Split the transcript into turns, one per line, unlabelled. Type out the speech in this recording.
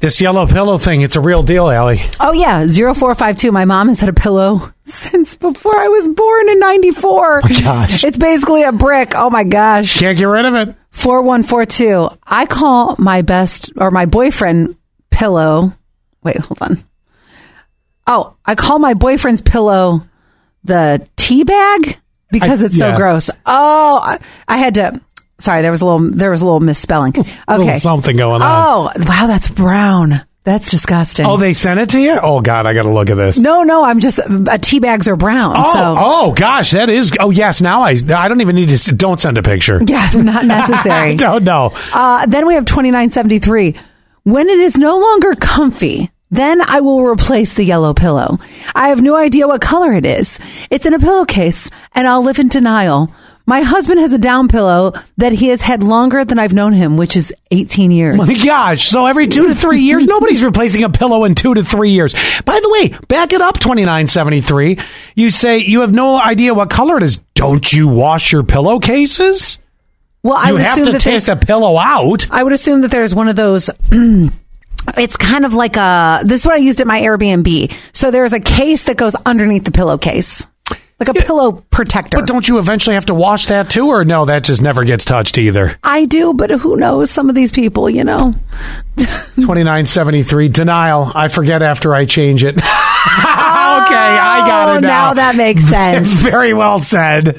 This yellow pillow thing, it's a real deal, Allie.
Oh yeah, 0452. My mom has had a pillow since before I was born in
my
94.
Oh, gosh.
It's basically a brick. Oh my gosh.
Can't get rid of it.
4142. I call my best or my boyfriend pillow. Wait, hold on. Oh, I call my boyfriend's pillow the tea bag because
I-
it's
yeah.
so gross. Oh, I, I had to Sorry, there was a little there was a little misspelling. Okay.
Little something going on.
Oh, wow, that's brown. That's disgusting.
Oh, they sent it to you? Oh, God, I got to look at this.
No, no, I'm just uh, tea bags are brown.
Oh,
so
oh, gosh, that is. Oh, yes. Now I, I don't even need to. s- Don't send a picture.
yeah, not necessary.
don't know.
uh, then we have 2973. When it is no longer comfy, then I will replace the yellow pillow. I have no idea what color it is. It's in a pillowcase, and I'll live in denial. My husband has a down pillow that he has had longer than I've known him, which is 18 years.
My gosh. So every two to three years, nobody's replacing a pillow in two to three years. By the way, back it up 2973. You say you have no idea what color it is. Don't you wash your pillowcases?
Well, I
You
would
have
assume
to
that
take
there's
the pillow out.
I would assume that there's one of those. It's kind of like a. This is what I used at my Airbnb. So there's a case that goes underneath the pillowcase, like a pillow protector.
But don't you eventually have to wash that too? Or no, that just never gets touched either.
I do, but who knows? Some of these people, you know.
2973 denial i forget after i change it okay i got
Oh,
it now,
that makes sense.
very well said